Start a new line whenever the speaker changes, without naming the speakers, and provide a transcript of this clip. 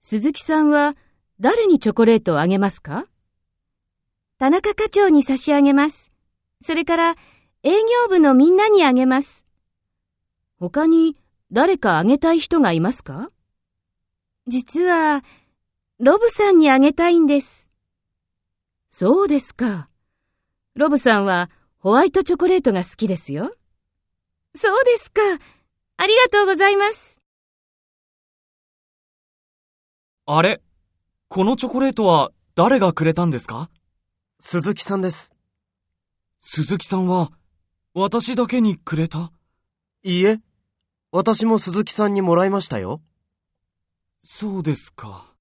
鈴木さんは誰にチョコレートをあげますか
田中課長に差し上げます。それから営業部のみんなにあげます。
他に誰かあげたい人がいますか
実は、ロブさんにあげたいんです。
そうですか。ロブさんはホワイトチョコレートが好きですよ。
そうですか。ありがとうございます。
あれこのチョコレートは誰がくれたんですか
鈴木さんです。
鈴木さんは私だけにくれた
いいえ、私も鈴木さんにもらいましたよ。
そうですか。